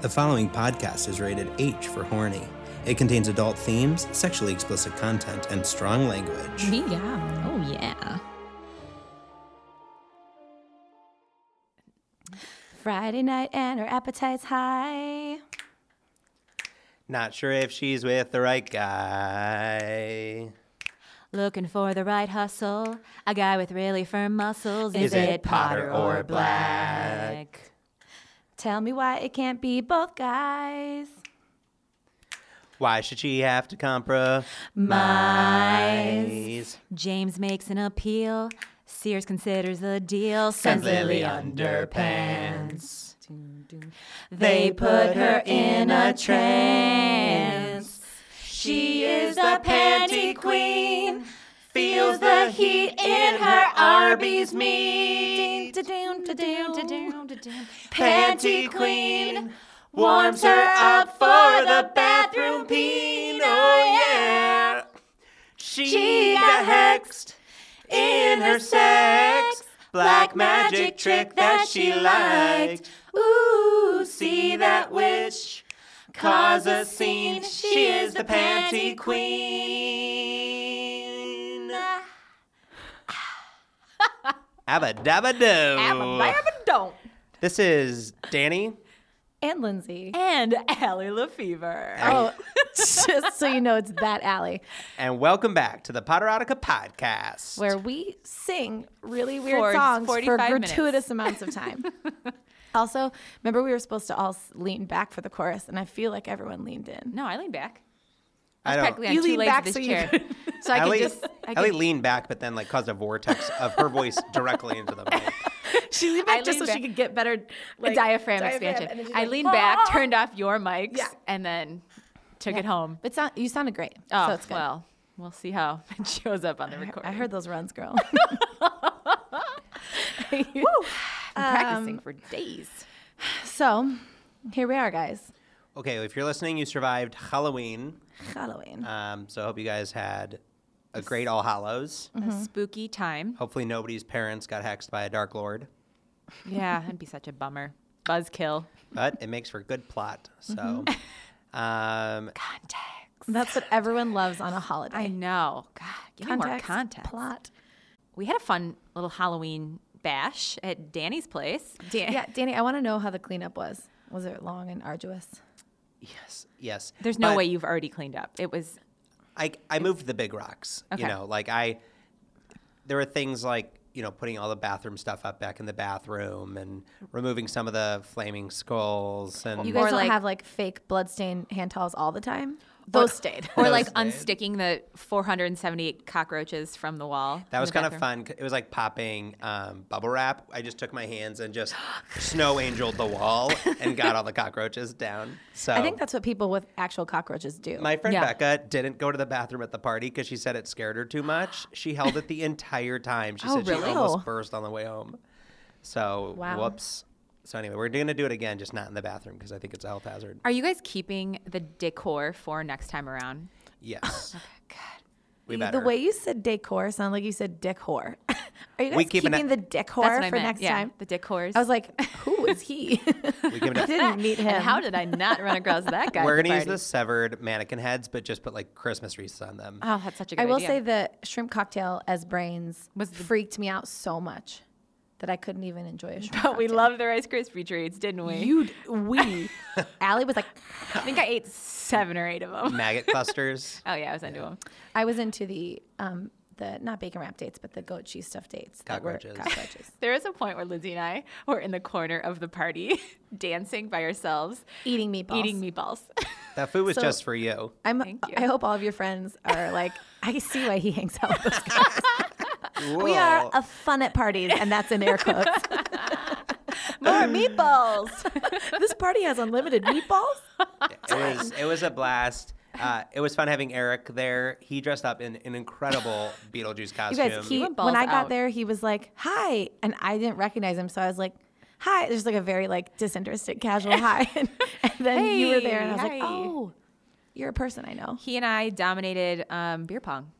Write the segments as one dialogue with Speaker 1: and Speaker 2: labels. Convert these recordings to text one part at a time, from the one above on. Speaker 1: The following podcast is rated H for horny. It contains adult themes, sexually explicit content, and strong language.
Speaker 2: Yeah.
Speaker 3: Oh yeah.
Speaker 2: Friday night and her appetite's high.
Speaker 1: Not sure if she's with the right guy.
Speaker 2: Looking for the right hustle. A guy with really firm muscles.
Speaker 1: Is it Potter or Black?
Speaker 2: Tell me why it can't be both guys.
Speaker 1: Why should she have to
Speaker 2: Mice.
Speaker 1: compromise?
Speaker 2: James makes an appeal. Sears considers the deal.
Speaker 1: Sends Lily underpants.
Speaker 2: Doom, doom. They put her in a trance. She is the panty queen. Feels the heat in her Arby's meat. Panty queen warms her up for the bathroom peen. Oh yeah, she got hexed in her sex. Black magic trick that she liked. Ooh, see that witch cause a scene. She is the panty queen.
Speaker 1: Abba dabba do.
Speaker 3: don't.
Speaker 1: This is Danny.
Speaker 3: And Lindsay.
Speaker 2: And Allie LaFever.
Speaker 3: Oh, just so you know, it's that alley
Speaker 1: And welcome back to the Potterotica podcast.
Speaker 3: where we sing really weird
Speaker 2: For
Speaker 3: songs for
Speaker 2: 45 minutes.
Speaker 3: gratuitous amounts of time. also, remember we were supposed to all s- lean back for the chorus, and I feel like everyone leaned in.
Speaker 2: No, I lean back.
Speaker 1: I don't.
Speaker 2: Practically on
Speaker 3: You
Speaker 2: two
Speaker 3: lean
Speaker 2: legs
Speaker 3: back
Speaker 2: of this
Speaker 3: so you
Speaker 2: chair.
Speaker 3: could-
Speaker 2: so I
Speaker 1: Ellie,
Speaker 2: can just. I
Speaker 1: Ellie
Speaker 2: can,
Speaker 1: leaned back, but then like caused a vortex of her voice directly into the mic.
Speaker 3: She leaned
Speaker 2: I
Speaker 3: back
Speaker 2: leaned
Speaker 3: just so
Speaker 2: back.
Speaker 3: she could get better like,
Speaker 2: diaphragm,
Speaker 3: and then
Speaker 2: expansion.
Speaker 3: she's
Speaker 2: I
Speaker 3: like,
Speaker 2: leaned back,
Speaker 3: "Ah!"
Speaker 2: turned off your mics,
Speaker 3: Yeah.
Speaker 2: and then took it home.
Speaker 3: But sound, you sounded great.
Speaker 2: Oh,
Speaker 3: so it's good.
Speaker 2: well, we'll see how it shows up on the recording.
Speaker 3: I heard those runs, girl.
Speaker 2: I'm practicing for days.
Speaker 3: so here we are, guys.
Speaker 1: Okay, if you're listening, you survived Halloween.
Speaker 3: Halloween.
Speaker 1: Um, so I hope you guys had a great All Hallows.
Speaker 2: A spooky time.
Speaker 1: Hopefully, nobody's parents got hexed by a Dark Lord,
Speaker 2: Yeah, that'd be such a bummer. Buzzkill.
Speaker 1: but it makes for good plot. So,
Speaker 2: Mm-hmm.
Speaker 1: um,
Speaker 2: Context.
Speaker 3: That's what everyone loves on a holiday.
Speaker 2: I know. God, give me more
Speaker 3: Context,
Speaker 2: context.
Speaker 3: Plot.
Speaker 2: We had a fun little Halloween bash at Danny's place. Dan-
Speaker 3: Yeah, Danny, I want to know how the cleanup was. Was it long and arduous?
Speaker 1: yes, yes.
Speaker 2: There's no
Speaker 1: But
Speaker 2: way you've already cleaned up. It was
Speaker 1: I I moved the big rocks. You
Speaker 2: Okay.
Speaker 1: know, like I, there were things like you know putting all the bathroom stuff up back in the bathroom and removing some of the flaming skulls and
Speaker 3: You guys
Speaker 2: Or
Speaker 3: don't
Speaker 2: like-
Speaker 3: have like fake bloodstain hand towels all the time. Those stayed.
Speaker 2: or like
Speaker 1: Those
Speaker 2: unsticking the 478 cockroaches from the wall.
Speaker 1: That
Speaker 2: in
Speaker 1: was
Speaker 2: the
Speaker 1: kind of fun.
Speaker 2: bathroom.
Speaker 1: 'cause It was like popping um, bubble wrap. I just took my hands and just snow angeled the wall and got all the cockroaches down. So
Speaker 3: I think that's what people with actual cockroaches do.
Speaker 1: my friend
Speaker 2: Yeah.
Speaker 1: Becca didn't go to the bathroom at the party because she said it scared her too much. She held it the entire time. She
Speaker 3: Oh,
Speaker 1: said she
Speaker 3: really?
Speaker 1: almost burst on the way home. So
Speaker 3: Wow.
Speaker 1: whoops. So anyway, we're gonna do it again, just not in the bathroom because I think it's a health hazard.
Speaker 2: Are you guys keeping the decor for next time around?
Speaker 3: Oh,
Speaker 1: Yes,
Speaker 2: God.
Speaker 1: we
Speaker 3: the
Speaker 1: better.
Speaker 3: way you said decor sounded like you said dick whore. Are you guys
Speaker 1: We keep an e-
Speaker 3: keeping
Speaker 1: eye-
Speaker 3: the dick
Speaker 2: That's
Speaker 3: whore
Speaker 2: what I
Speaker 3: for
Speaker 2: meant.
Speaker 3: next
Speaker 2: yeah,
Speaker 3: time?
Speaker 2: The decors. Ah,
Speaker 3: I was like, who is he?
Speaker 1: we give it
Speaker 3: I
Speaker 1: a-
Speaker 3: didn't meet him.
Speaker 2: and how did I not run across that guy?
Speaker 1: we're
Speaker 2: at the
Speaker 1: gonna use
Speaker 2: party?
Speaker 1: the severed mannequin heads, but just put like Christmas wreaths on them.
Speaker 2: Oh, that's such a good
Speaker 3: I will
Speaker 2: idea.
Speaker 3: say the shrimp cocktail as brains
Speaker 2: Was the-
Speaker 3: freaked me out so much that I couldn't even enjoy a shrimp.
Speaker 2: but we loved the Rice Krispie treats, didn't we?
Speaker 3: you. We, Allie was like,
Speaker 2: I think I ate seven or eight of them.
Speaker 1: Maggot clusters.
Speaker 2: Oh yeah, I was into them.
Speaker 3: I was into the um the not bacon wrap dates, but the goat cheese stuffed dates. that were
Speaker 1: Cockroaches.
Speaker 3: Cockroaches.
Speaker 2: There was a point where Lindsay and I were in the corner of the party, dancing by ourselves,
Speaker 3: Eating meatballs.
Speaker 2: eating meatballs.
Speaker 1: That food was
Speaker 3: So-
Speaker 1: just for you.
Speaker 3: I'm,
Speaker 2: Thank you.
Speaker 3: I hope all of your friends are like, I see why he hangs out with those guys. We
Speaker 1: Whoa.
Speaker 3: are a fun at parties, and that's in air quotes.
Speaker 2: More meatballs.
Speaker 3: this party has unlimited meatballs.
Speaker 1: it was it was a blast. Uh, it was fun having Eric there. He dressed up in an incredible Beetlejuice
Speaker 3: You
Speaker 1: costume.
Speaker 3: guys, he,
Speaker 2: went balls
Speaker 3: when I got
Speaker 2: out.
Speaker 3: there, he was like, "Hi," and I didn't recognize him, so I was like, "Hi." There's like a very like disinterested, casual hi, and, and then you were there, and I was
Speaker 2: Hey,
Speaker 3: like,
Speaker 2: hi.
Speaker 3: "Oh, you're a person I know."
Speaker 2: he and I dominated um, beer pong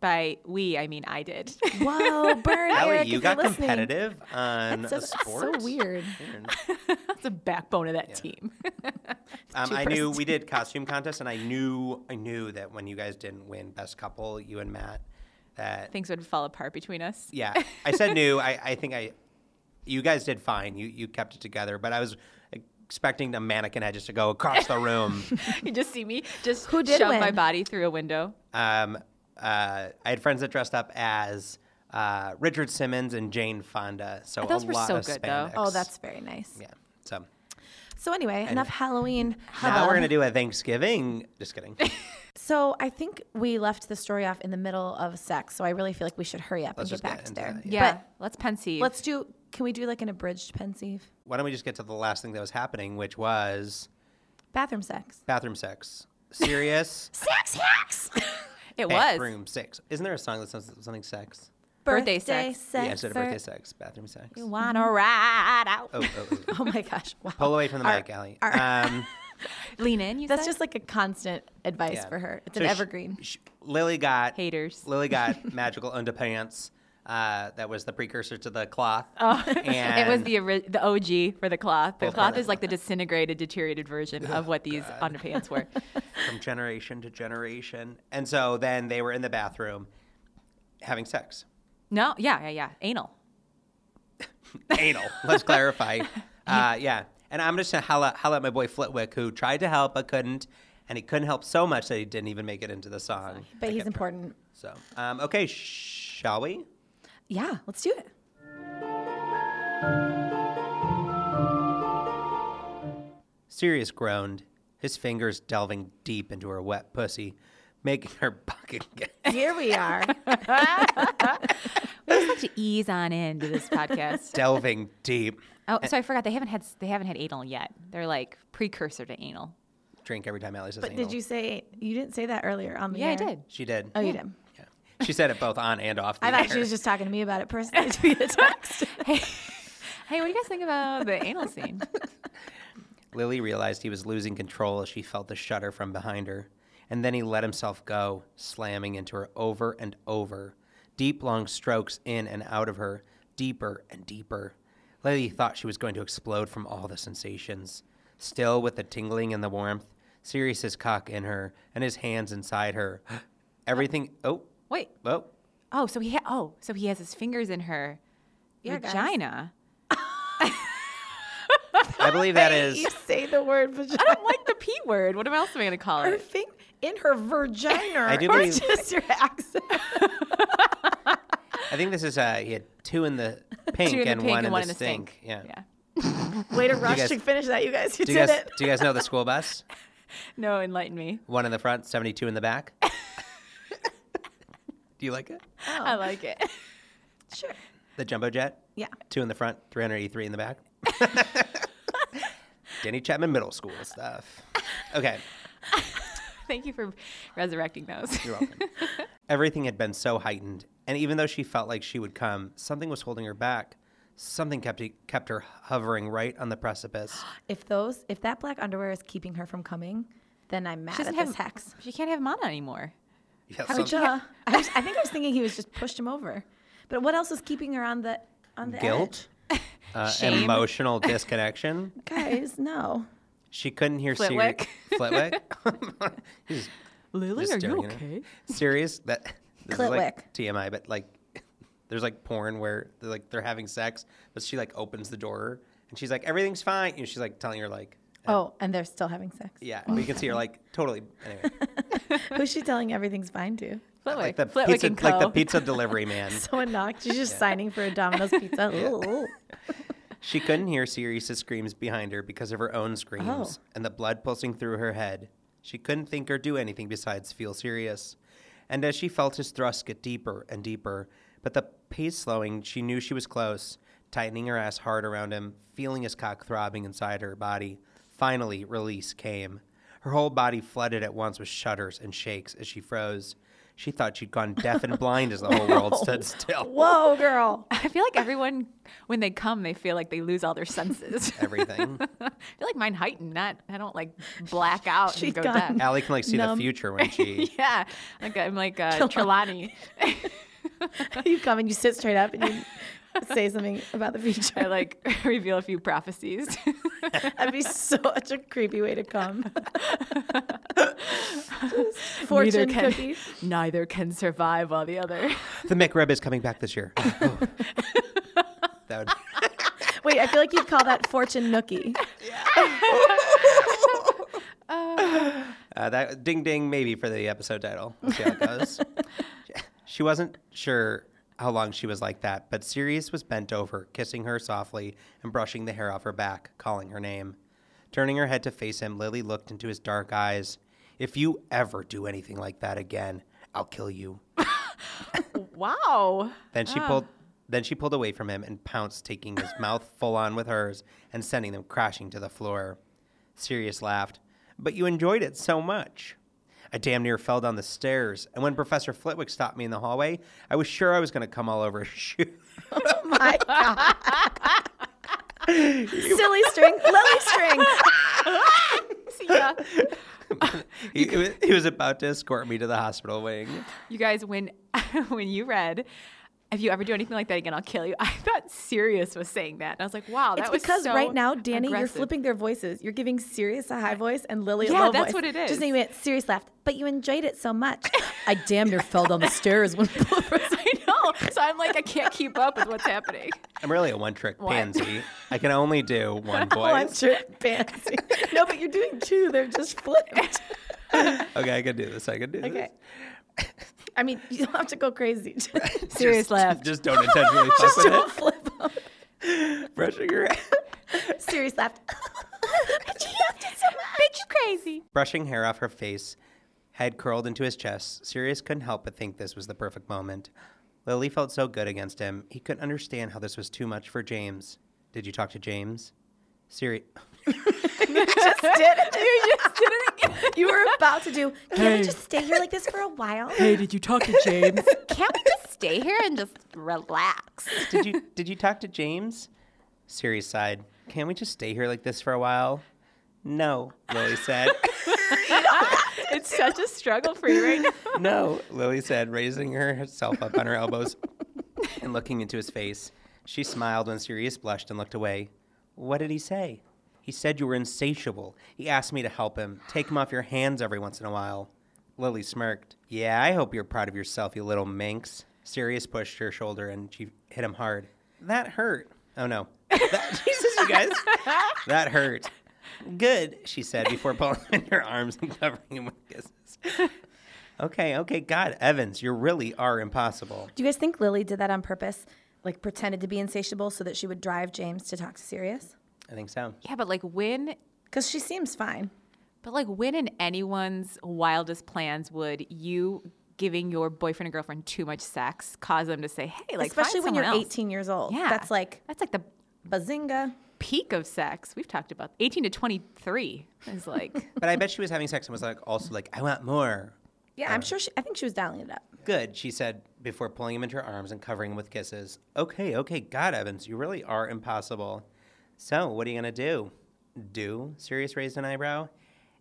Speaker 2: By we, I mean I did.
Speaker 3: Whoa, burn
Speaker 1: Allie,
Speaker 3: Eric.
Speaker 1: you
Speaker 3: if
Speaker 1: got
Speaker 3: you're listening.
Speaker 1: competitive on
Speaker 3: That's so,
Speaker 1: a sport.
Speaker 3: so weird.
Speaker 1: Weird.
Speaker 2: That's the backbone of that team.
Speaker 1: Um,
Speaker 3: Two
Speaker 1: I knew
Speaker 3: person
Speaker 1: we did costume contest, and I knew I knew that when you guys didn't win best couple, you and Matt, that
Speaker 2: Things would fall apart between us.
Speaker 1: yeah, I said new. I, I think I, you guys did fine. You you kept it together, but I was expecting the mannequin head just to go across the room.
Speaker 2: You just see me just
Speaker 3: Who did
Speaker 2: shove my
Speaker 3: win?
Speaker 2: body through a window.
Speaker 1: um, uh, I had friends that dressed up as uh, Richard Simmons and Jane Fonda. So
Speaker 2: Those
Speaker 1: a
Speaker 2: were
Speaker 1: lot
Speaker 2: so
Speaker 1: of
Speaker 2: good, though.
Speaker 1: spandex.
Speaker 3: Oh, that's very nice.
Speaker 1: yeah. So
Speaker 3: So anyway, enough Halloween.
Speaker 1: now we're
Speaker 3: hub.
Speaker 1: gonna do a Thanksgiving. Just kidding.
Speaker 3: So I think we left the story off in the middle of sex. So I really feel like we should hurry up
Speaker 1: Let's
Speaker 3: and
Speaker 1: just
Speaker 3: get
Speaker 1: get
Speaker 3: back to
Speaker 1: into
Speaker 3: there.
Speaker 1: that,
Speaker 2: Yeah.
Speaker 3: But
Speaker 2: let's pensive.
Speaker 3: let's do. Can we do like an abridged pensieve
Speaker 1: Why don't we just get to the last thing that was happening, which was
Speaker 3: bathroom sex?
Speaker 1: bathroom sex. Serious
Speaker 3: Sex hacks.
Speaker 2: it was.
Speaker 1: bathroom sex. Isn't there a song that sounds something sex?
Speaker 2: Birthday sex.
Speaker 1: yeah, instead of
Speaker 3: for-
Speaker 1: birthday sex, bathroom sex. Oh,
Speaker 2: Wanna ride out.
Speaker 1: oh, oh.
Speaker 3: Oh my gosh! Wow.
Speaker 1: pull away from the mic, Allie. Um,
Speaker 2: Lean in, you
Speaker 3: That's
Speaker 2: said?
Speaker 3: just like a constant advice
Speaker 1: yeah.
Speaker 3: for her. It's
Speaker 1: So
Speaker 3: an
Speaker 1: sh-
Speaker 3: evergreen.
Speaker 1: sh- Lily got
Speaker 2: haters.
Speaker 1: Lily got magical underpants. Uh, that was the precursor to the cloth.
Speaker 2: Oh, it
Speaker 1: And-
Speaker 2: was the ori- the OG for the cloth. The
Speaker 1: Well,
Speaker 2: cloth
Speaker 1: but-
Speaker 2: is like the disintegrated, deteriorated version
Speaker 1: Oh,
Speaker 2: of what these underpants were.
Speaker 1: from generation to generation. And so then they were in the bathroom having sex.
Speaker 2: No, yeah, yeah, yeah, anal.
Speaker 1: Anal. Let's clarify. Uh, yeah. And I'm just going to holla, holla at my boy Flitwick, who tried to help but couldn't. And he couldn't help so much that he didn't even make it into the song.
Speaker 3: But he's important.
Speaker 1: So, um, okay, sh- shall we?
Speaker 3: Yeah, let's do it.
Speaker 1: Sirius groaned, his fingers delving deep into her wet pussy, making her buck again.
Speaker 3: Here we are.
Speaker 2: We just like to ease on into this podcast.
Speaker 1: delving deep.
Speaker 2: Oh, so I forgot they haven't had they haven't had anal yet. They're like precursor to anal.
Speaker 1: Drink every time Allie says
Speaker 3: but
Speaker 1: anal.
Speaker 3: did you say you didn't say that earlier on the
Speaker 2: Yeah, I
Speaker 3: air?
Speaker 2: did.
Speaker 1: She did.
Speaker 3: Oh, you did.
Speaker 1: Yeah. She said it both on and off. The
Speaker 3: I thought
Speaker 1: air.
Speaker 3: she was just talking to me about it personally to the text.
Speaker 2: Hey, hey, what do you guys think about the anal scene?
Speaker 1: Lily realized he was losing control as she felt the shudder from behind her, and then he let himself go, slamming into her over and over, deep long strokes in and out of her, deeper and deeper. Lily thought she was going to explode from all the sensations. Still with the tingling and the warmth, Sirius's cock in her and his hands inside her. Everything. Oh,
Speaker 2: Wait.
Speaker 1: oh.
Speaker 2: Oh, so he ha- oh, so he has his fingers in her
Speaker 3: Yeah, guys.
Speaker 2: vagina.
Speaker 1: I believe that is.
Speaker 3: you say the word vagina.
Speaker 2: I don't like the p word. What else am I gonna call
Speaker 3: her
Speaker 2: it?
Speaker 3: thing in her vagina.
Speaker 1: I do
Speaker 3: or
Speaker 1: believe-
Speaker 3: just your accent.
Speaker 1: I think this is. Uh, he had two in the pink,
Speaker 2: Two in the
Speaker 1: and,
Speaker 2: pink
Speaker 1: one
Speaker 2: and one in
Speaker 1: the
Speaker 2: the
Speaker 1: stink. Yeah.
Speaker 2: stink. Yeah.
Speaker 3: Way to rush
Speaker 1: guys-
Speaker 3: to finish that, you guys. You
Speaker 1: Do
Speaker 3: did
Speaker 1: you guys?
Speaker 3: it.
Speaker 1: Do you guys know the school bus?
Speaker 2: No, enlighten me.
Speaker 1: One in the front, 72 in the back. Do you like it?
Speaker 2: I like it.
Speaker 3: Oh. Sure.
Speaker 1: The jumbo jet,
Speaker 3: Yeah.
Speaker 1: two in the front, 383 in the back. Denny Chapman Middle School stuff. Okay,
Speaker 2: Thank you for resurrecting those.
Speaker 1: you're welcome. Everything had been so heightened, and even though she felt like she would come, something was holding her back. Something kept kept her hovering right on the precipice.
Speaker 3: If those, if that black underwear is keeping her from coming, then I'm mad
Speaker 2: She
Speaker 3: at
Speaker 2: doesn't
Speaker 3: this
Speaker 2: have
Speaker 3: hex.
Speaker 2: She can't have mana anymore.
Speaker 1: Yeah,
Speaker 3: How
Speaker 1: some-
Speaker 3: could you? I, was, I think I was thinking he was just pushed him over. But what else is keeping her on the on the
Speaker 1: guilt, uh,
Speaker 2: Shame.
Speaker 1: emotional disconnection.
Speaker 3: edge? Guys, no.
Speaker 1: She couldn't hear Sirius.
Speaker 2: Flitwick.
Speaker 1: Flitwick. He's
Speaker 2: Lily,
Speaker 1: Just
Speaker 2: are you
Speaker 1: staring at her.
Speaker 2: okay?
Speaker 1: Serious? That this is
Speaker 3: Clitwick.
Speaker 1: like TMI, but like there's like porn where they're like they're having sex, but she like opens the door and she's like everything's fine. You know, she's like telling her like
Speaker 3: Oh, and they're still having sex.
Speaker 1: yeah, but you can see her like totally anyway.
Speaker 3: Who's she telling everything's fine to?
Speaker 2: Flitwick.
Speaker 1: like the
Speaker 2: Flitwick
Speaker 1: pizza,
Speaker 2: and Co.
Speaker 1: like the pizza delivery man.
Speaker 3: Someone knocked. She's just signing for a Domino's pizza. Ooh.
Speaker 1: She couldn't hear Sirius's screams behind her because of her own screams and the blood pulsing through her head. She couldn't think or do anything besides feel Sirius. And as she felt his thrust get deeper and deeper, but the pace slowing, she knew she was close, tightening her ass hard around him, feeling his cock throbbing inside her body. Finally, release came. Her whole body flooded at once with shudders and shakes as she froze. She thought she'd gone deaf and blind as the whole world stood still.
Speaker 3: Whoa, girl.
Speaker 4: I feel like everyone, when they come, they feel like they lose all their senses.
Speaker 1: Everything.
Speaker 4: I feel like mine heightened. Not, I don't like black out
Speaker 3: She's
Speaker 4: and go
Speaker 3: gone.
Speaker 4: deaf.
Speaker 1: Allie can like see the
Speaker 3: Numb.
Speaker 1: future when she.
Speaker 4: Yeah, like I'm like uh, Trelawney.
Speaker 3: you come and you sit straight up and you say something about the
Speaker 4: I
Speaker 3: future.
Speaker 4: like reveal a few prophecies.
Speaker 3: That'd be such a creepy way to come. Just Fortune
Speaker 4: can-
Speaker 3: cookie.
Speaker 4: Neither can survive while the other.
Speaker 1: The McRib is coming back this year. Oh. that would.
Speaker 3: Wait, I feel like you'd call that fortune nookie.
Speaker 1: Uh, that ding ding maybe for the episode title. We'll see how it goes. she wasn't sure how long she was like that, but Sirius was bent over, kissing her softly and brushing the hair off her back, calling her name. Turning her head to face him, Lily looked into his dark eyes. If you ever do anything like that again, I'll kill you.
Speaker 4: Wow.
Speaker 1: Then she pulled then she pulled away from him and pounced, taking his mouth full on with hers and sending them crashing to the floor. Sirius laughed. But you enjoyed it so much. I damn near fell down the stairs, and when Professor Flitwick stopped me in the hallway, I was sure I was gonna come all over his shoe.
Speaker 3: My God. Silly string, lily string.
Speaker 4: See ya.
Speaker 1: he, he was- he was about to escort me to the hospital wing.
Speaker 4: You guys, when when you read, if you ever do anything like that again, I'll kill you. I thought Sirius was saying that, and I was like, wow, that
Speaker 3: It's
Speaker 4: was
Speaker 3: because
Speaker 4: so
Speaker 3: right now, Danny,
Speaker 4: aggressive.
Speaker 3: you're flipping their voices. You're giving Sirius a high voice and Lily a
Speaker 4: Yeah,
Speaker 3: low
Speaker 4: that's
Speaker 3: voice.
Speaker 4: what it is.
Speaker 3: Just name it. Sirius laughed, but you enjoyed it so much. I damn near fell down the stairs when.
Speaker 4: I know. So I'm like, I can't keep up with what's happening.
Speaker 1: I'm really a one trick pansy. I can only do one voice.
Speaker 3: Oh, I'm sure fancy. No, but you're doing two. They're just flipped.
Speaker 1: okay, I can do this. I can do this.
Speaker 3: Okay. I mean, you don't have to go crazy. Just
Speaker 4: Sirius
Speaker 1: just,
Speaker 4: laughed.
Speaker 1: Just don't intentionally fuck with
Speaker 3: don't flip them.
Speaker 1: it. Brushing her
Speaker 3: Sirius laughed.
Speaker 4: Bitch, you crazy.
Speaker 1: Brushing hair off her face, head curled into his chest, Sirius couldn't help but think this was the perfect moment. Lily felt so good against him, he couldn't understand how this was too much for James. Did you talk to James? Siri.
Speaker 3: just did it. You just did it again. You were about to do. Can we just stay here like this for a while?
Speaker 5: Hey, did you talk to James?
Speaker 4: Can't we just stay here and just relax?
Speaker 1: Did you did you talk to James? Siri sighed. Can we just stay here like this for a while? No, Lily said.
Speaker 4: It's such a struggle for you right now.
Speaker 1: no, Lily said, raising herself up on her elbows and looking into his face. She smiled when Sirius blushed and looked away. What did he say? He said you were insatiable. He asked me to help him, take him off your hands every once in a while. Lily smirked. Yeah, I hope you're proud of yourself, you little minx. Sirius pushed her shoulder and she hit him hard. That hurt. Oh no. That, Jesus, you guys. That hurt. Good, she said before pulling him in her arms and covering him with kisses. Okay, okay, God, Evans, you really are impossible.
Speaker 3: Do you guys think Lily did that on purpose? Like pretended to be insatiable so that she would drive James to talk to Sirius?
Speaker 1: I think so.
Speaker 4: Yeah, but like when,
Speaker 3: Because she seems fine.
Speaker 4: but like when in anyone's wildest plans would you giving your boyfriend or girlfriend too much sex cause them to say, hey, like find
Speaker 3: Especially when you're
Speaker 4: someone else?
Speaker 3: 18 years old.
Speaker 4: Yeah,
Speaker 3: That's like
Speaker 4: that's like the
Speaker 3: bazinga.
Speaker 4: peak of sex. We've talked about 18 to 23 is like
Speaker 1: But I bet she was having sex and was like, also like, I want more.
Speaker 3: Yeah, I'm sure she, I think she was dialing it up.
Speaker 1: Good, she said before pulling him into her arms and covering him with kisses. Okay, okay, God, Evans, you really are impossible. So, what are you gonna do? Do? Sirius raised an eyebrow.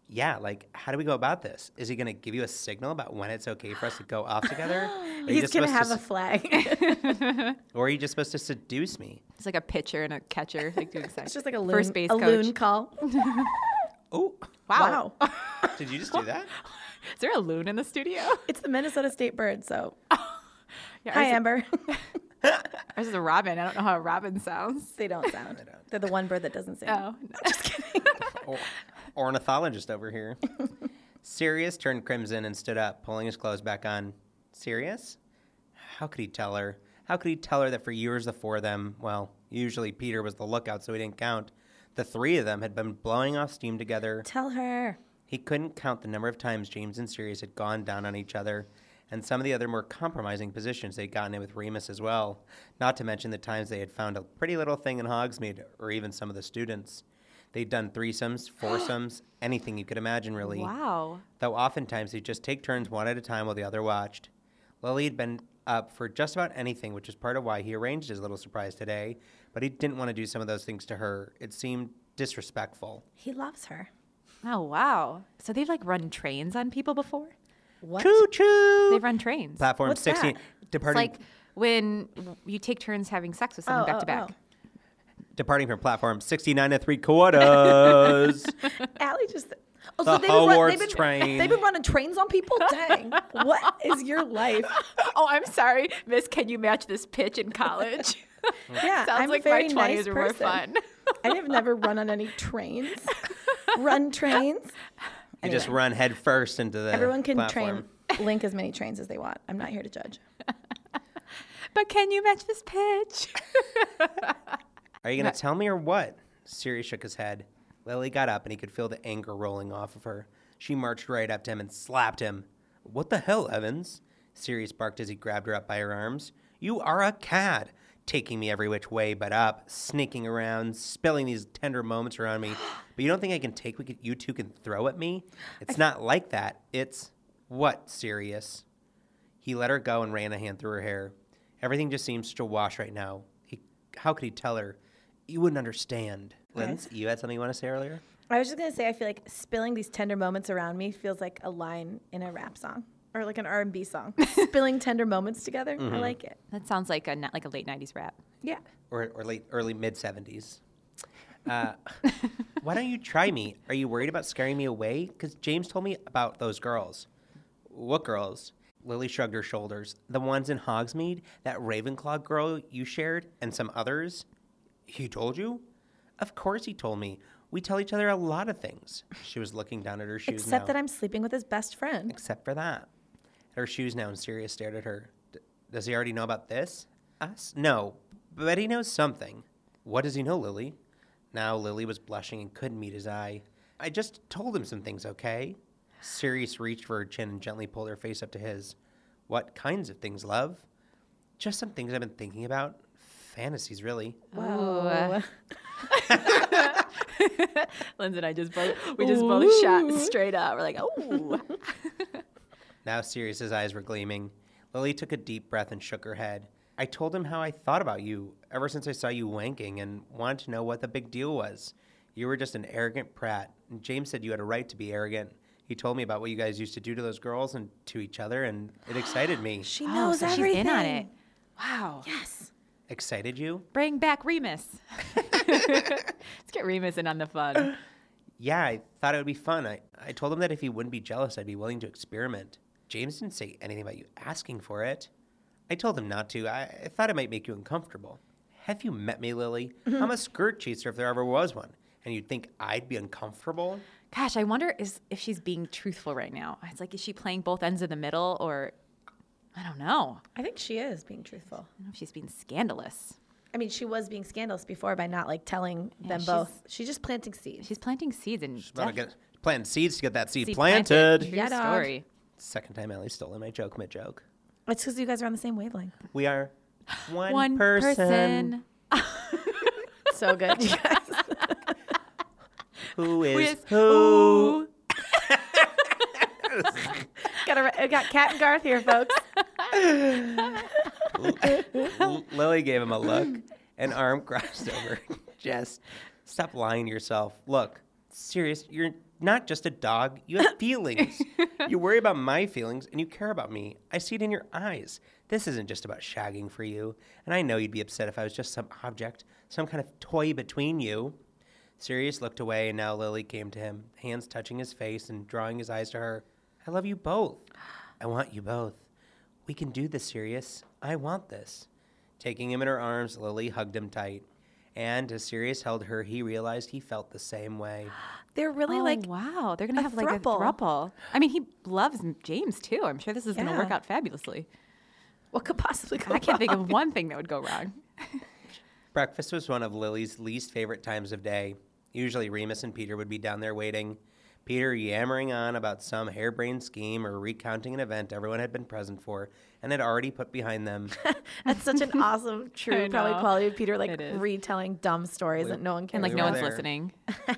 Speaker 1: Yeah, like, how do we go about this? Is he gonna give you a signal about when it's okay for us to go off together? Or are you
Speaker 3: He's
Speaker 1: just
Speaker 3: going to
Speaker 1: supposed
Speaker 3: have
Speaker 1: to
Speaker 3: a
Speaker 1: s-
Speaker 3: flag.
Speaker 1: Or are you just supposed to seduce me?
Speaker 4: it's like a pitcher and a catcher like doing sex.
Speaker 3: it's just like a loon,
Speaker 4: first base
Speaker 3: a
Speaker 4: coach.
Speaker 3: loon call.
Speaker 1: Oh,
Speaker 4: Wow.
Speaker 3: wow.
Speaker 1: did you just do that?
Speaker 4: Is there a loon in the studio?
Speaker 3: It's the Minnesota State bird, so.
Speaker 4: Yeah,
Speaker 3: Hi,
Speaker 4: ours-
Speaker 3: Amber.
Speaker 4: Ours is a robin. I don't know how a robin sounds.
Speaker 3: they don't sound. They're the one bird that doesn't sing.
Speaker 4: Oh, no. just kidding.
Speaker 1: Or- ornithologist over here. Sirius turned crimson and stood up, pulling his clothes back on. Sirius? How could he tell her? How could he tell her that for years the four of them, well, usually Peter was the lookout, so he didn't count, the three of them had been blowing off steam together.
Speaker 3: Tell her.
Speaker 1: He couldn't count the number of times James and Sirius had gone down on each other, and some of the other more compromising positions they'd gotten in with Remus as well, not to mention the times they had found a pretty little thing in Hogsmeade, or even some of the students. They'd done threesomes, foursomes, anything you could imagine, really.
Speaker 2: Wow.
Speaker 1: Though oftentimes they'd just take turns one at a time while the other watched. Lily had been up for just about anything, which is part of why he arranged his little surprise today, but he didn't want to do some of those things to her. It seemed disrespectful.
Speaker 3: He loves her.
Speaker 2: Oh, wow. So they've like run trains on people before?
Speaker 3: What?
Speaker 1: Choo choo!
Speaker 2: They've run trains.
Speaker 1: Platform
Speaker 3: What's
Speaker 1: 16.
Speaker 2: It's
Speaker 1: Departing,
Speaker 2: like when you take turns having sex with someone
Speaker 3: Oh,
Speaker 2: back
Speaker 3: oh,
Speaker 2: to back.
Speaker 3: oh.
Speaker 1: departing from platform 69 and three quarters.
Speaker 3: Allie just. Oh,
Speaker 1: The
Speaker 3: been run-
Speaker 1: Hogwarts
Speaker 3: they've been,
Speaker 1: train.
Speaker 3: They've been running trains on people. Dang, what is your life?
Speaker 2: Oh, I'm sorry, Miss. Can you match this pitch in college?
Speaker 3: Yeah,
Speaker 2: Sounds
Speaker 3: I'm
Speaker 2: like
Speaker 3: a very
Speaker 2: my 20s
Speaker 3: nice
Speaker 2: were more
Speaker 3: person.
Speaker 2: fun.
Speaker 3: I have never run on any trains. Run trains.
Speaker 1: you just
Speaker 3: Anyway.
Speaker 1: run head first into the
Speaker 3: Everyone can
Speaker 1: platform.
Speaker 3: train link as many trains as they want. I'm not here to judge.
Speaker 2: but can you match this pitch?
Speaker 1: Are you going to tell me or what? Siri shook his head. Lily got up and he could feel the anger rolling off of her. She marched right up to him and slapped him. What the hell, Evans? Siri barked as he grabbed her up by her arms. You are a cad, taking me every which way but up, sneaking around, spilling these tender moments around me. But you don't think I can take what you two can throw at me? It's not like that. It's what, Sirius? He let her go and ran a hand through her hair. Everything just seems to wash right now. He, how could he tell her? You wouldn't understand. Linz, you had something you want to say earlier?
Speaker 3: I was just gonna say I feel like spilling these tender moments around me feels like a line in a rap song or like an R and B song. spilling tender moments together,
Speaker 1: Mm-hmm.
Speaker 3: I like it.
Speaker 2: that sounds like a not like a late '90s rap.
Speaker 3: Yeah.
Speaker 1: Or, or late, early mid 70s. Uh, why don't you try me? Are you worried about scaring me away? Because James told me about those girls. What girls? Lily shrugged her shoulders. The ones in Hogsmeade, that Ravenclaw girl you shared, and some others? He told you? Of course he told me. We tell each other a lot of things. She was looking down at her shoes
Speaker 3: Except
Speaker 1: now.
Speaker 3: that I'm sleeping with his best friend.
Speaker 1: Except for that. Her shoes now, and Sirius stared at her. D- does he already know about this? Us? No, but he knows something. What does he know, Lily? Now Lily was blushing and couldn't meet his eye. I just told him some things, okay? Sirius reached for her chin and gently pulled her face up to his. What kinds of things, love? Just some things I've been thinking about. Fantasies, really.
Speaker 2: Whoa. Linz and I just both we just both shot straight up. We're like, oh.
Speaker 1: Now Sirius's eyes were gleaming. Lily took a deep breath and shook her head. I told him how I thought about you ever since I saw you wanking and wanted to know what the big deal was. You were just an arrogant prat. And James said you had a right to be arrogant. He told me about what you guys used to do to those girls and to each other, and it excited me.
Speaker 3: She knows
Speaker 2: Oh, so
Speaker 3: everything.
Speaker 2: she's in on it. Wow.
Speaker 3: Yes.
Speaker 1: Excited you?
Speaker 2: Bring back Remus. Let's get Remus in on the fun.
Speaker 1: Yeah, I thought it would be fun. I, I told him that if he wouldn't be jealous, I'd be willing to experiment. James didn't say anything about you asking for it. I told him not to. I, I thought it might make you uncomfortable. Have you met me, Lily? I'm a skirt chaser if there ever was one. And you'd think I'd be uncomfortable?
Speaker 2: Gosh, I wonder is if she's being truthful right now. It's like is she playing both ends of the middle or I don't know.
Speaker 3: I think she is being truthful.
Speaker 2: I don't know if she's being scandalous.
Speaker 3: I mean, she was being scandalous before by not like telling them
Speaker 2: she's-
Speaker 3: both. She's just planting seeds.
Speaker 2: She's planting seeds and she's
Speaker 1: Well, I get- Planting seeds to get that seed,
Speaker 2: seed
Speaker 1: planted.
Speaker 2: True
Speaker 3: Yeah, dog.
Speaker 2: story.
Speaker 1: Second time Ellie's stolen my joke mid joke.
Speaker 3: It's because you guys are on the same wavelength.
Speaker 1: We are one,
Speaker 2: One
Speaker 1: person.
Speaker 2: person
Speaker 3: So good, you guys.
Speaker 1: who is
Speaker 2: with
Speaker 1: who.
Speaker 2: who?
Speaker 3: got, a, got Cat and Garth here, folks.
Speaker 1: L- Lily gave him a look, an arm crossed over. Jess, stop lying to yourself. Look, serious, you're not just a dog. You have feelings. you worry about my feelings and you care about me. I see it in your eyes. This isn't just about shagging for you. And I know you'd be upset if I was just some object, some kind of toy between you. Sirius looked away, and now Lily came to him, hands touching his face and drawing his eyes to her. I love you both. I want you both. We can do this, Sirius. I want this. Taking him in her arms, Lily hugged him tight. And as Sirius held her, he realized he felt the same way.
Speaker 3: They're really
Speaker 2: Oh,
Speaker 3: like
Speaker 2: wow, they're gonna
Speaker 3: a
Speaker 2: have like a
Speaker 3: throuple.
Speaker 2: throuple. I mean, he loves M- James too. I'm sure this is gonna work
Speaker 3: Yeah.
Speaker 2: out fabulously.
Speaker 3: what could possibly go
Speaker 2: I can't think
Speaker 3: wrong?
Speaker 2: of one thing that would go wrong.
Speaker 1: Breakfast was one of Lily's least favorite times of day. Usually, Remus and Peter would be down there waiting. Peter yammering on about some harebrained scheme or recounting an event everyone had been present for, and and had already put behind them.
Speaker 3: That's such an awesome, true,
Speaker 4: I
Speaker 3: probably
Speaker 4: know.
Speaker 3: quality of Peter, like
Speaker 4: It is.
Speaker 3: retelling dumb stories that no one
Speaker 4: And
Speaker 3: cares.
Speaker 4: like
Speaker 1: We
Speaker 4: no
Speaker 1: were
Speaker 4: one's
Speaker 1: there.
Speaker 4: listening.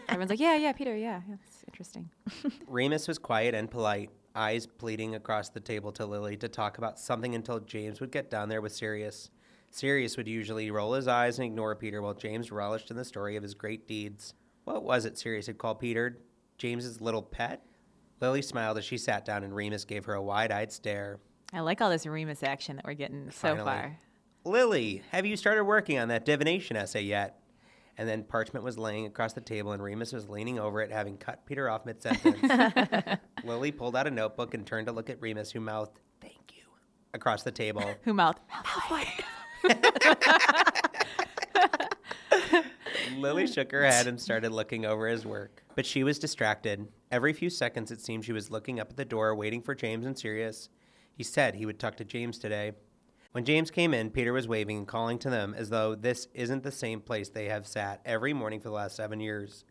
Speaker 4: Everyone's like, yeah, yeah, Peter, yeah, yeah, it's interesting.
Speaker 1: Remus was quiet and polite, eyes pleading across the table to Lily to talk about something until James would get down there with Sirius. Sirius would usually roll his eyes and ignore Peter while James relished in the story of his great deeds. What was it Sirius had called Peter? James's little pet? Lily smiled as she sat down and Remus gave her a wide eyed stare.
Speaker 4: I like all this Remus action that we're getting
Speaker 1: Finally.
Speaker 4: so far.
Speaker 1: Lily, have you started working on that divination essay yet? And then parchment was laying across the table, and Remus was leaning over it, having cut Peter off mid sentence. Lily pulled out a notebook and turned to look at Remus, who mouthed, Thank you, across the table.
Speaker 4: Who mouthed?
Speaker 1: Lily shook her head and started looking over his work. But she was distracted. Every few seconds, it seemed she was looking up at the door, waiting for James and Sirius. He said he would talk to James today. When James came in, Peter was waving and calling to them as though this isn't the same place they have sat every morning for the last seven years.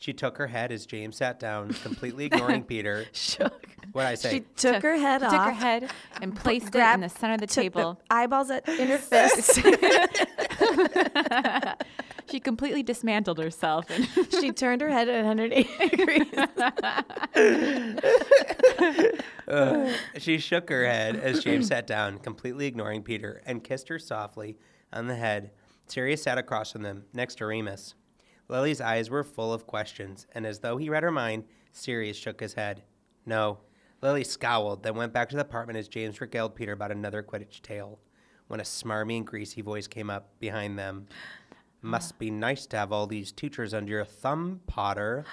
Speaker 1: She took her head as James sat down, completely ignoring Peter.
Speaker 3: Shook.
Speaker 1: What I say?
Speaker 3: She took, her head
Speaker 4: took
Speaker 3: off.
Speaker 4: her head and placed it in
Speaker 3: grabbed-
Speaker 4: the center of the
Speaker 3: took the
Speaker 4: table.
Speaker 3: eyeballs at in her fist.
Speaker 4: She completely dismantled herself. And
Speaker 3: she turned her head at 180 degrees.
Speaker 1: Uh, She shook her head as James sat down, completely ignoring Peter, and kissed her softly on the head. Sirius sat across from them, next to Remus. Lily's eyes were full of questions, and as though he read her mind, Sirius shook his head. No. Lily scowled, then went back to the apartment as James regaled Peter about another Quidditch tale, when a smarmy and greasy voice came up behind them. Must be nice to have all these teachers under your thumb, Potter.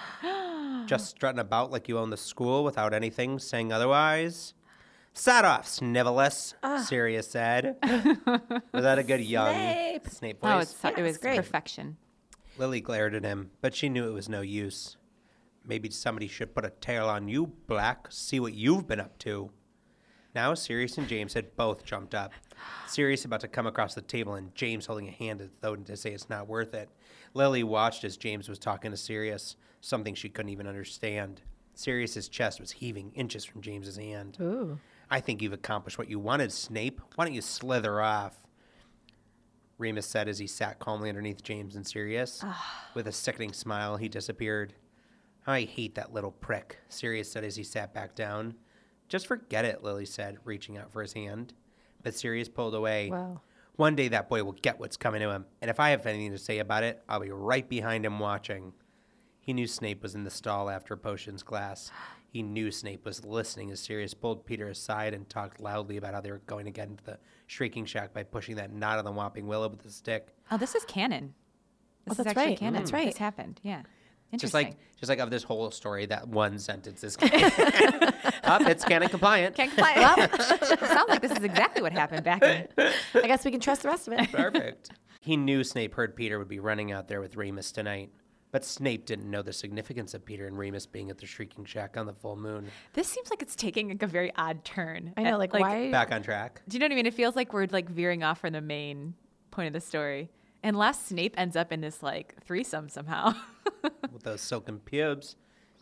Speaker 1: Just strutting about like you own the school without anything saying otherwise. Sat off, Snivellus, Sirius said. Was that a good young
Speaker 3: Snape.
Speaker 1: Snape voice?
Speaker 4: oh, it's, so-
Speaker 3: Yeah,
Speaker 4: it
Speaker 3: it's
Speaker 4: was
Speaker 3: great.
Speaker 4: perfection.
Speaker 1: Lily glared at him, but she knew it was no use. Maybe somebody should put a tail on you, Black, see what you've been up to. Now Sirius and James had both jumped up. Sirius about to come across the table and James holding a hand as though to say it's not worth it. Lily watched as James was talking to Sirius, something she couldn't even understand. Sirius's chest was heaving inches from James's hand.
Speaker 3: Ooh.
Speaker 1: I think you've accomplished what you wanted, Snape. Why don't you slither off? Remus said as he sat calmly underneath James and Sirius. With a sickening smile, he disappeared. I hate that little prick, Sirius said as he sat back down. Just forget it, Lily said, reaching out for his hand. But Sirius pulled away.
Speaker 3: Wow.
Speaker 1: One day that boy will get what's coming to him, and if I have anything to say about it, I'll be right behind him watching. He knew Snape was in the stall after potions class. He knew Snape was listening as Sirius pulled Peter aside and talked loudly about how they were going to get into the Shrieking Shack by pushing that knot on the Whopping Willow with a stick.
Speaker 4: Oh, this is canon. This is
Speaker 3: that's
Speaker 4: actually
Speaker 3: right.
Speaker 4: canon.
Speaker 3: That's right.
Speaker 4: This happened. Yeah.
Speaker 1: Just
Speaker 4: Interesting.
Speaker 1: like, just like of this whole story, that one sentence is up. It's canon compliant.
Speaker 4: Can't comply. Well, it sounds like this is exactly what happened back in.
Speaker 3: I guess we can trust the rest of it.
Speaker 1: Perfect. he knew Snape heard Peter would be running out there with Remus tonight, but Snape didn't know the significance of Peter and Remus being at the Shrieking Shack on the full moon.
Speaker 4: This seems like it's taking like a very odd turn.
Speaker 3: I know,
Speaker 4: Uh,
Speaker 3: like, why?
Speaker 1: Back on track.
Speaker 4: Do you know what I mean? It feels like we're like veering off from the main point of the story. Unless Snape ends up in this like threesome somehow.
Speaker 1: with those silken pubes,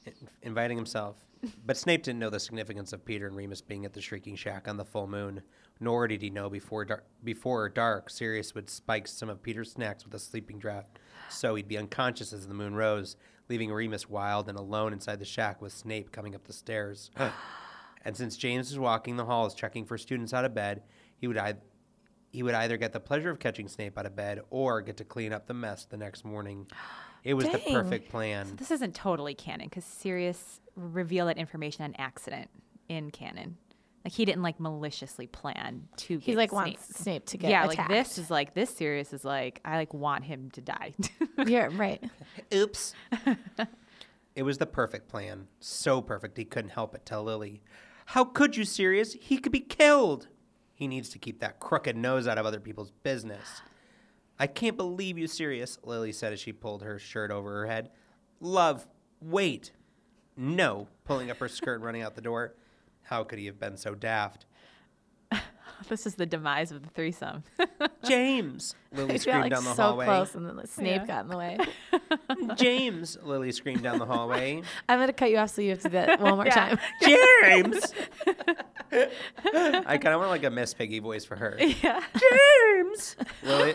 Speaker 1: i- inviting himself. But Snape didn't know the significance of Peter and Remus being at the Shrieking Shack on the full moon, nor did he know before dark, before dark Sirius would spike some of Peter's snacks with a sleeping draught, so he'd be unconscious as the moon rose, leaving Remus wild and alone inside the shack with Snape coming up the stairs. and since James was walking the halls checking for students out of bed, he would either he would either get the pleasure of catching Snape out of bed or get to clean up the mess the next morning. It was the
Speaker 3: Dang.
Speaker 1: perfect plan.
Speaker 4: this isn't totally canon because Sirius revealed that information on accident in canon. Like he didn't like maliciously plan to.
Speaker 3: He
Speaker 4: get
Speaker 3: like
Speaker 4: Snape.
Speaker 3: wants Snape to get
Speaker 4: yeah,
Speaker 3: attacked.
Speaker 4: like this is like this Sirius is like I like want him to die.
Speaker 3: Yeah, right.
Speaker 1: Oops. it was the perfect plan. So perfect he couldn't help but tell Lily. How could you, Sirius? He could be killed. He needs to keep that crooked nose out of other people's business. I can't believe you, Sirius, Lily said as she pulled her shirt over her head. Love, wait. No, pulling up her skirt and running out the door. How could he have been so daft?
Speaker 4: This is the demise of the threesome.
Speaker 1: James. Lily
Speaker 3: I feel
Speaker 1: screamed
Speaker 3: like
Speaker 1: down the
Speaker 3: so
Speaker 1: hallway.
Speaker 3: close, and then like, Snape
Speaker 4: Yeah.
Speaker 3: got in the way.
Speaker 1: James. Lily screamed down the hallway.
Speaker 3: I'm gonna cut you off, so you have to do that one more
Speaker 4: Yeah.
Speaker 3: time.
Speaker 1: James. I kind of want like a Miss Piggy voice for her.
Speaker 4: yeah.
Speaker 1: James. Lily.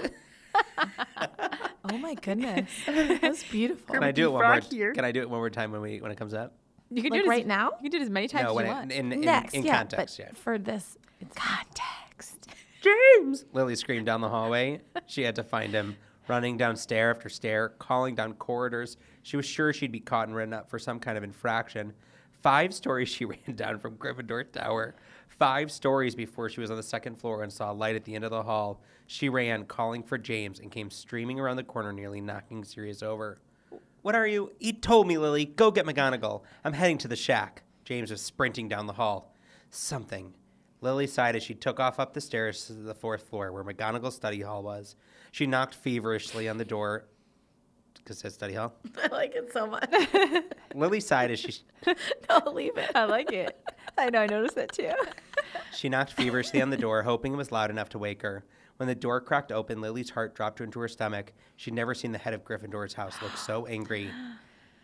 Speaker 3: Oh my goodness, that's beautiful.
Speaker 1: Can I do it one more?
Speaker 2: frog here.
Speaker 1: Can I do it one more time when we when it comes up?
Speaker 4: You can
Speaker 3: Like
Speaker 4: do it
Speaker 3: right
Speaker 4: as,
Speaker 3: now?
Speaker 4: You can do it as many times
Speaker 1: No,
Speaker 4: as
Speaker 1: when
Speaker 4: you
Speaker 1: it,
Speaker 4: want.
Speaker 1: in, in,
Speaker 3: Next,
Speaker 1: in
Speaker 3: yeah,
Speaker 1: context,
Speaker 3: but
Speaker 1: yeah.
Speaker 3: for this, it's
Speaker 4: Context.
Speaker 1: James! Lily screamed down the hallway. She had to find him, running down stair after stair, calling down corridors. She was sure she'd be caught and written up for some kind of infraction. Five stories she ran down from Gryffindor Tower. Five stories before she was on the second floor and saw a light at the end of the hall. She ran, calling for James, and came streaming around the corner, nearly knocking Sirius over. What are you? He told me, Lily. Go get McGonagall. I'm heading to the shack. James was sprinting down the hall. Something. Lily sighed as she took off up the stairs to the fourth floor where McGonagall's study hall was. She knocked feverishly on the door. Because it's study hall.
Speaker 3: I like it so much.
Speaker 1: Lily sighed as she
Speaker 3: no, leave it.
Speaker 4: I like it. I know. I noticed that too.
Speaker 1: She knocked feverishly on the door, hoping it was loud enough to wake her. When the door cracked open, Lily's heart dropped into her stomach. She'd never seen the head of Gryffindor's house look so angry.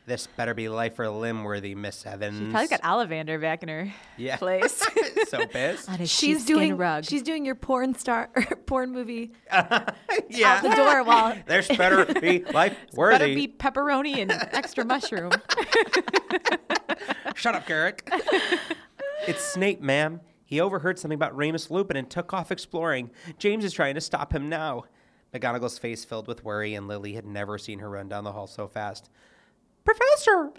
Speaker 1: This better be life or limb worthy, Miss Evans.
Speaker 4: She probably got Ollivander back in her
Speaker 1: Yeah.
Speaker 4: place.
Speaker 1: so pissed.
Speaker 4: On his
Speaker 3: She's
Speaker 4: sheepskin
Speaker 3: doing
Speaker 4: rug.
Speaker 3: she's doing your porn star porn movie
Speaker 1: yeah.
Speaker 3: out the door while
Speaker 1: There's better be life
Speaker 4: better
Speaker 1: worthy.
Speaker 4: be pepperoni and extra mushroom.
Speaker 1: Shut up, Garrick. it's Snape, ma'am. He overheard something about Remus Lupin and took off exploring. James is trying to stop him now. McGonagall's face filled with worry, and Lily had never seen her run down the hall so fast. Professor!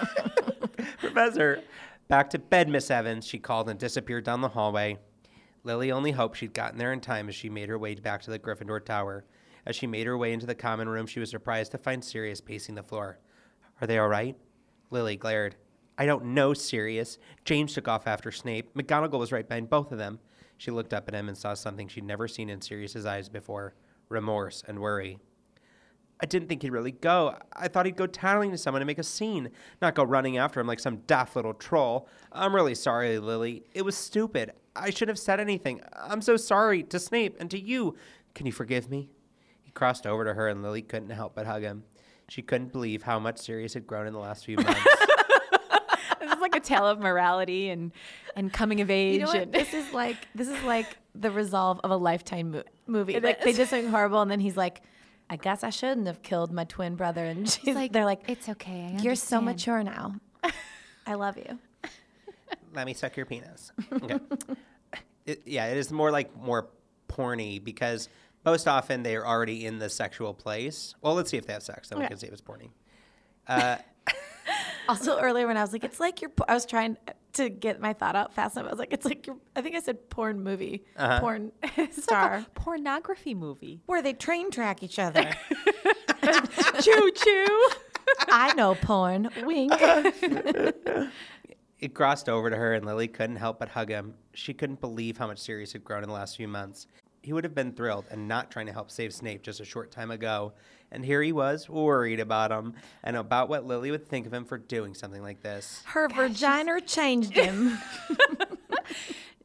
Speaker 1: Professor! Back to bed, Miss Evans, she called and disappeared down the hallway. Lily only hoped she'd gotten there in time as she made her way back to the Gryffindor Tower. As she made her way into the common room, she was surprised to find Sirius pacing the floor. Are they all right? Lily glared. I don't know, Sirius. James took off after Snape. McGonagall was right behind both of them. She looked up at him and saw something she'd never seen in Sirius's eyes before remorse and worry. I didn't think he'd really go. I thought he'd go tattling to someone and make a scene, not go running after him like some daft little troll. I'm really sorry, Lily. It was stupid. I should have said anything. I'm so sorry to Snape and to you. Can you forgive me? He crossed over to her, and Lily couldn't help but hug him. She couldn't believe how much Sirius had grown in the last few months.
Speaker 4: this is like a tale of morality and and coming of age.
Speaker 3: you know what
Speaker 4: and
Speaker 3: this is like this is like the resolve of a lifetime mo- movie
Speaker 4: It
Speaker 3: like they
Speaker 4: is.
Speaker 3: did something horrible and then he's like I guess I shouldn't have killed my twin brother and she's, they're like
Speaker 4: it's okay. I
Speaker 3: you're so
Speaker 4: understand."
Speaker 3: mature now I love you
Speaker 1: Let me suck your penis. Okay. It- yeah, it is more like more porny because most often they are already in the sexual place. Well, let's see if they have sex, then we
Speaker 3: Okay.
Speaker 1: can see if it's porny.
Speaker 3: also earlier when I was like it's like your po- I was trying to get my thought out fast enough I was like it's like your I think I said porn movie porn star
Speaker 4: Pornography movie.
Speaker 3: where they train track each other
Speaker 4: choo choo.
Speaker 3: I know porn wink
Speaker 1: It crossed over to her, and Lily couldn't help but hug him. She couldn't believe how much Sirius had grown in the last few months. He would have been thrilled and not trying to help save Snape just a short time ago. And here he was, worried about him and about what Lily would think of him for doing something like this.
Speaker 3: Her vagina changed him.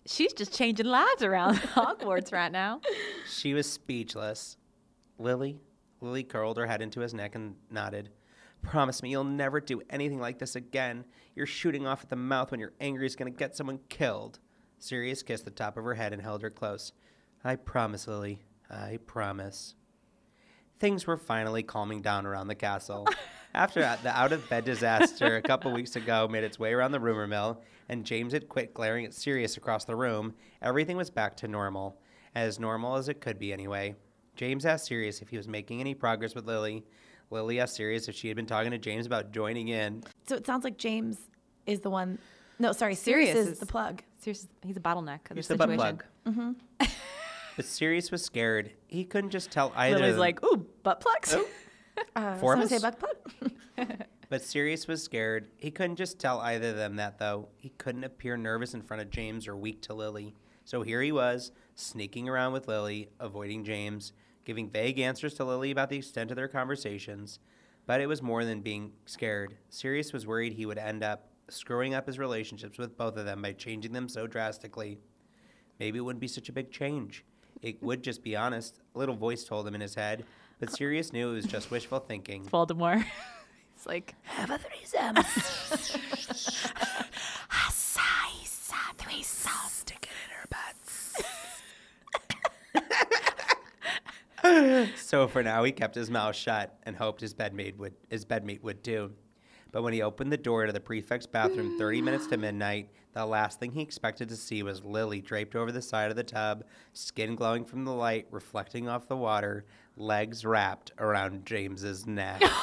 Speaker 4: She's just changing lives around Hogwarts right now.
Speaker 1: She was speechless. Lily? Lily curled her head into his neck and nodded. Promise me you'll never do anything like this again. You're shooting off at the mouth when you're angry is going to get someone killed. Sirius kissed the top of her head and held her close. I promise, Lily. I promise. Things were finally calming down around the castle. After that, the out of bed disaster a couple weeks ago made its way around the rumor mill, and James had quit glaring at Sirius across the room, everything was back to normal. As normal as it could be, anyway. James asked Sirius if he was making any progress with Lily. Lily asked Sirius if she had been talking to James about joining in.
Speaker 3: So it sounds like James is the one. No, sorry, Sirius,
Speaker 4: Sirius
Speaker 3: is,
Speaker 4: is-
Speaker 3: the plug.
Speaker 4: Seriously, he's a bottleneck of
Speaker 1: Use the
Speaker 4: this
Speaker 1: butt
Speaker 4: situation. Mm-hmm.
Speaker 1: plug. but Sirius was scared. He couldn't just tell either. of
Speaker 4: Lily's
Speaker 1: them.
Speaker 4: like, ooh, butt plugs.
Speaker 3: Uh,
Speaker 1: Four of
Speaker 3: someone say
Speaker 1: us?
Speaker 3: buck plug.
Speaker 1: But Sirius was scared. He couldn't just tell either of them that, though. He couldn't appear nervous in front of James or weak to Lily. So here he was, sneaking around with Lily, avoiding James, giving vague answers to Lily about the extent of their conversations. But it was more than being scared. Sirius was worried he would end up screwing up his relationships with both of them by changing them so drastically. maybe it wouldn't be such a big change. It would just be honest. A little voice told him in his head, but Sirius knew it was just wishful thinking.
Speaker 4: Voldemort. It's like
Speaker 2: Have a threesome.
Speaker 4: a size threesome.
Speaker 2: Stick it in her butts.
Speaker 1: So for now, he kept his mouth shut and hoped his bedmate would his bedmate would too. But when he opened the door to the prefect's bathroom 30 minutes to midnight, the last thing he expected to see was Lily draped over the side of the tub, skin glowing from the light reflecting off the water, legs wrapped around James's neck.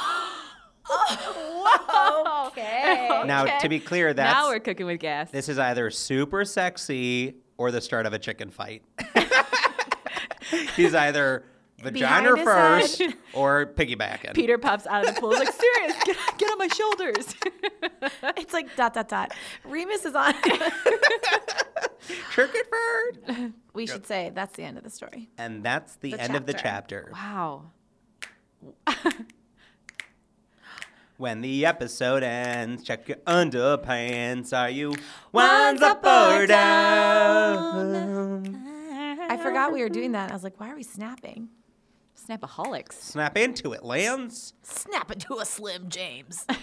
Speaker 3: Okay.
Speaker 1: Now, to be clear, that's
Speaker 4: now we're cooking with gas.
Speaker 1: this is either super sexy or the start of a chicken fight. He's either vagina
Speaker 4: Behind his
Speaker 1: first
Speaker 4: head.
Speaker 1: or piggybacking.
Speaker 4: Peter pops out of the pool. He's like, serious, get, get on my shoulders.
Speaker 3: it's like dot dot dot. Remus is on.
Speaker 1: Cricket bird.
Speaker 3: we should say that's the end of the story.
Speaker 1: And that's the,
Speaker 3: The
Speaker 1: end of the
Speaker 3: chapter.
Speaker 1: chapter.
Speaker 4: wow.
Speaker 1: When the episode ends, check your underpants. Are you ones up or down?
Speaker 3: I forgot we were doing that. I was like, why are we snapping?
Speaker 4: Snapaholics.
Speaker 1: Snap into it, Lance.
Speaker 3: Snap it to a Slim James.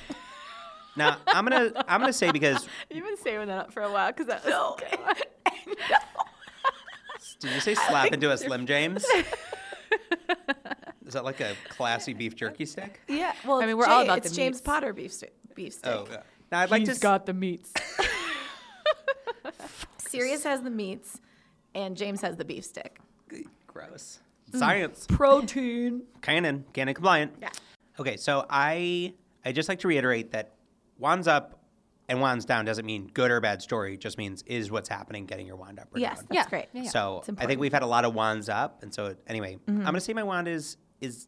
Speaker 1: Now I'm gonna I'm gonna say because
Speaker 4: You've been saving that up for a while because that was
Speaker 1: did you say slap into a Slim James? Is that like a classy beef jerky stick?
Speaker 3: Yeah. Well,
Speaker 4: I mean,
Speaker 3: it's
Speaker 4: we're all
Speaker 3: Ja-
Speaker 4: about
Speaker 3: it's
Speaker 4: the
Speaker 3: James
Speaker 4: meats.
Speaker 3: Potter beef steak. Beef steak.
Speaker 1: Oh, yeah. now I'd like to. s-
Speaker 4: the meats.
Speaker 3: Sirius has the meats, and James has the beef stick.
Speaker 1: Gross. Science.
Speaker 4: Protein.
Speaker 1: canon, canon compliant.
Speaker 3: Yeah.
Speaker 1: Okay, so I I just like to reiterate that wands up and wands down doesn't mean good or bad story. It just means is what's happening getting your wand up or
Speaker 3: Yes,
Speaker 1: down.
Speaker 3: that's
Speaker 4: Yeah.
Speaker 3: great.
Speaker 4: Yeah, yeah.
Speaker 1: So
Speaker 3: It's
Speaker 1: I think
Speaker 3: important. Mm-hmm.
Speaker 1: we've had a lot of wands up, and so anyway, I'm gonna say my wand is is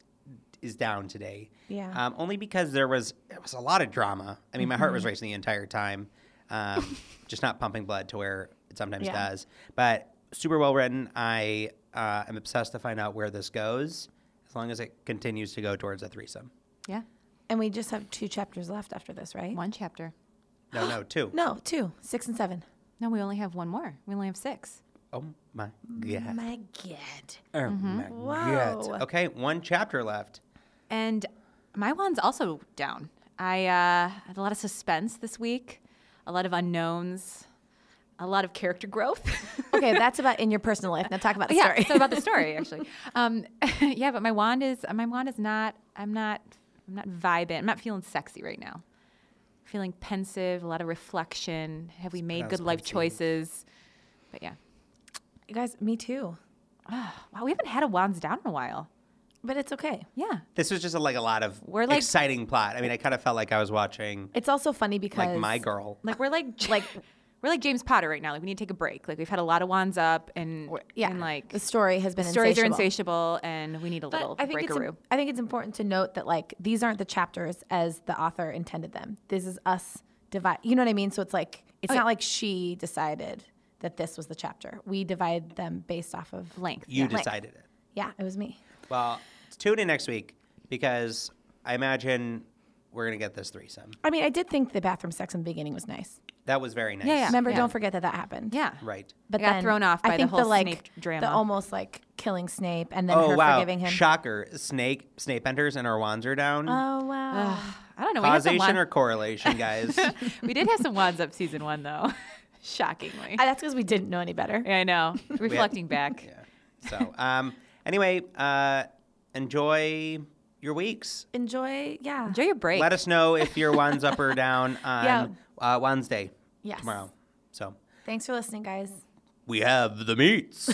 Speaker 1: is down today.
Speaker 3: Yeah.
Speaker 1: Um, only because there was there was a lot of drama. I mean, my heart
Speaker 3: Mm-hmm.
Speaker 1: was racing the entire time. Um, just not pumping blood to where it sometimes
Speaker 3: Yeah.
Speaker 1: does, but super well written. I uh, am obsessed to find out where this goes, as long as it continues to go towards a threesome.
Speaker 4: Yeah.
Speaker 3: And we just have two chapters left after this, right?
Speaker 4: One chapter.
Speaker 1: No, no, two.
Speaker 3: No, two, six and seven.
Speaker 4: No, we only have one more. We only have six.
Speaker 1: Oh my god.
Speaker 3: My God.
Speaker 1: Oh my
Speaker 3: Mm-hmm. Whoa.
Speaker 1: god. Okay, one chapter left.
Speaker 4: And my wand's also down. I uh, had a lot of suspense this week, a lot of unknowns, a lot of character growth.
Speaker 3: Okay, that's about in your personal life. Now talk about the
Speaker 4: yeah,
Speaker 3: story.
Speaker 4: so about the story actually. Um, yeah, but my wand is my wand is not. I'm not. I'm not vibing. I'm not feeling sexy right now. Feeling pensive, a lot of reflection. Have we made good
Speaker 1: pronounced
Speaker 4: life
Speaker 1: pensive.
Speaker 4: choices? But yeah,
Speaker 3: you guys, me too.
Speaker 4: wow, we haven't had a wands down in a while.
Speaker 3: But it's okay.
Speaker 4: Yeah,
Speaker 1: This was just a, like a lot of
Speaker 4: We're, like-
Speaker 1: exciting plot. I mean, I kind of felt like I was watching
Speaker 3: It's also funny because
Speaker 1: like my girl.
Speaker 4: like we're like like we're like James Potter right now. Like we need to take a break. Like we've had a lot of wands up and
Speaker 3: yeah,
Speaker 4: and like
Speaker 3: the story has been
Speaker 4: stories are
Speaker 3: insatiable.
Speaker 4: insatiable and we need a little
Speaker 3: But I think, it's,
Speaker 4: breakaroo.
Speaker 3: im- I think it's important to note that like these aren't the chapters as the author intended them. This is us divide. You know what I mean? So it's like it's not like she decided that this was the chapter. We divide them based off of
Speaker 4: length.
Speaker 1: You
Speaker 4: yeah.
Speaker 3: Like-
Speaker 1: decided it.
Speaker 3: Yeah, it was me.
Speaker 1: Well, tune in next week because I imagine we're gonna get this threesome.
Speaker 3: I mean, I did think the bathroom sex in the beginning was nice.
Speaker 1: That was very nice.
Speaker 4: Yeah, yeah.
Speaker 3: Remember,
Speaker 4: yeah.
Speaker 3: don't forget that that happened.
Speaker 4: Yeah.
Speaker 1: Right.
Speaker 3: But
Speaker 4: I got
Speaker 3: then
Speaker 4: thrown off
Speaker 3: I
Speaker 4: by the
Speaker 3: think
Speaker 4: whole
Speaker 3: like,
Speaker 4: Snape drama.
Speaker 3: The almost like killing Snape and then
Speaker 1: Oh
Speaker 3: her
Speaker 1: wow!
Speaker 3: forgiving him.
Speaker 1: Shocker! Snake Snape enters and our wands are down.
Speaker 3: oh wow.
Speaker 4: I don't know. we, had
Speaker 1: Causation
Speaker 4: some
Speaker 1: or correlation, guys?
Speaker 4: wands- we did have some wands up season one though, shockingly.
Speaker 3: I- that's because we didn't know any better.
Speaker 4: Yeah, I know. Reflecting back.
Speaker 1: yeah. So, um, anyway, uh, enjoy your weeks.
Speaker 3: Enjoy. Yeah.
Speaker 4: Enjoy your break.
Speaker 1: Let us know if your wands up or down on
Speaker 3: Yeah.
Speaker 1: uh, Wednesday
Speaker 3: Yes.
Speaker 1: tomorrow. So
Speaker 3: Thanks for listening, guys.
Speaker 1: we have the meats.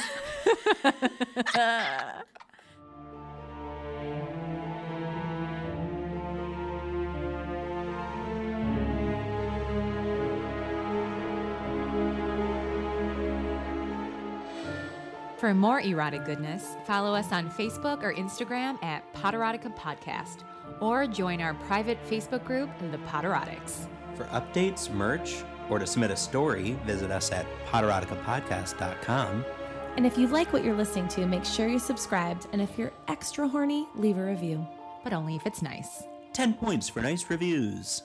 Speaker 4: For more erotic goodness, follow us on Facebook or Instagram at Potterotica Podcast, or join our private Facebook group, The Potterotics.
Speaker 1: For updates, merch, or to submit a story, visit us at potteroticapodcast.com.
Speaker 3: And if you like what you're listening to, make sure you're subscribed. And if you're extra horny, leave a review.
Speaker 4: But only if it's nice.
Speaker 1: 10 points for nice reviews.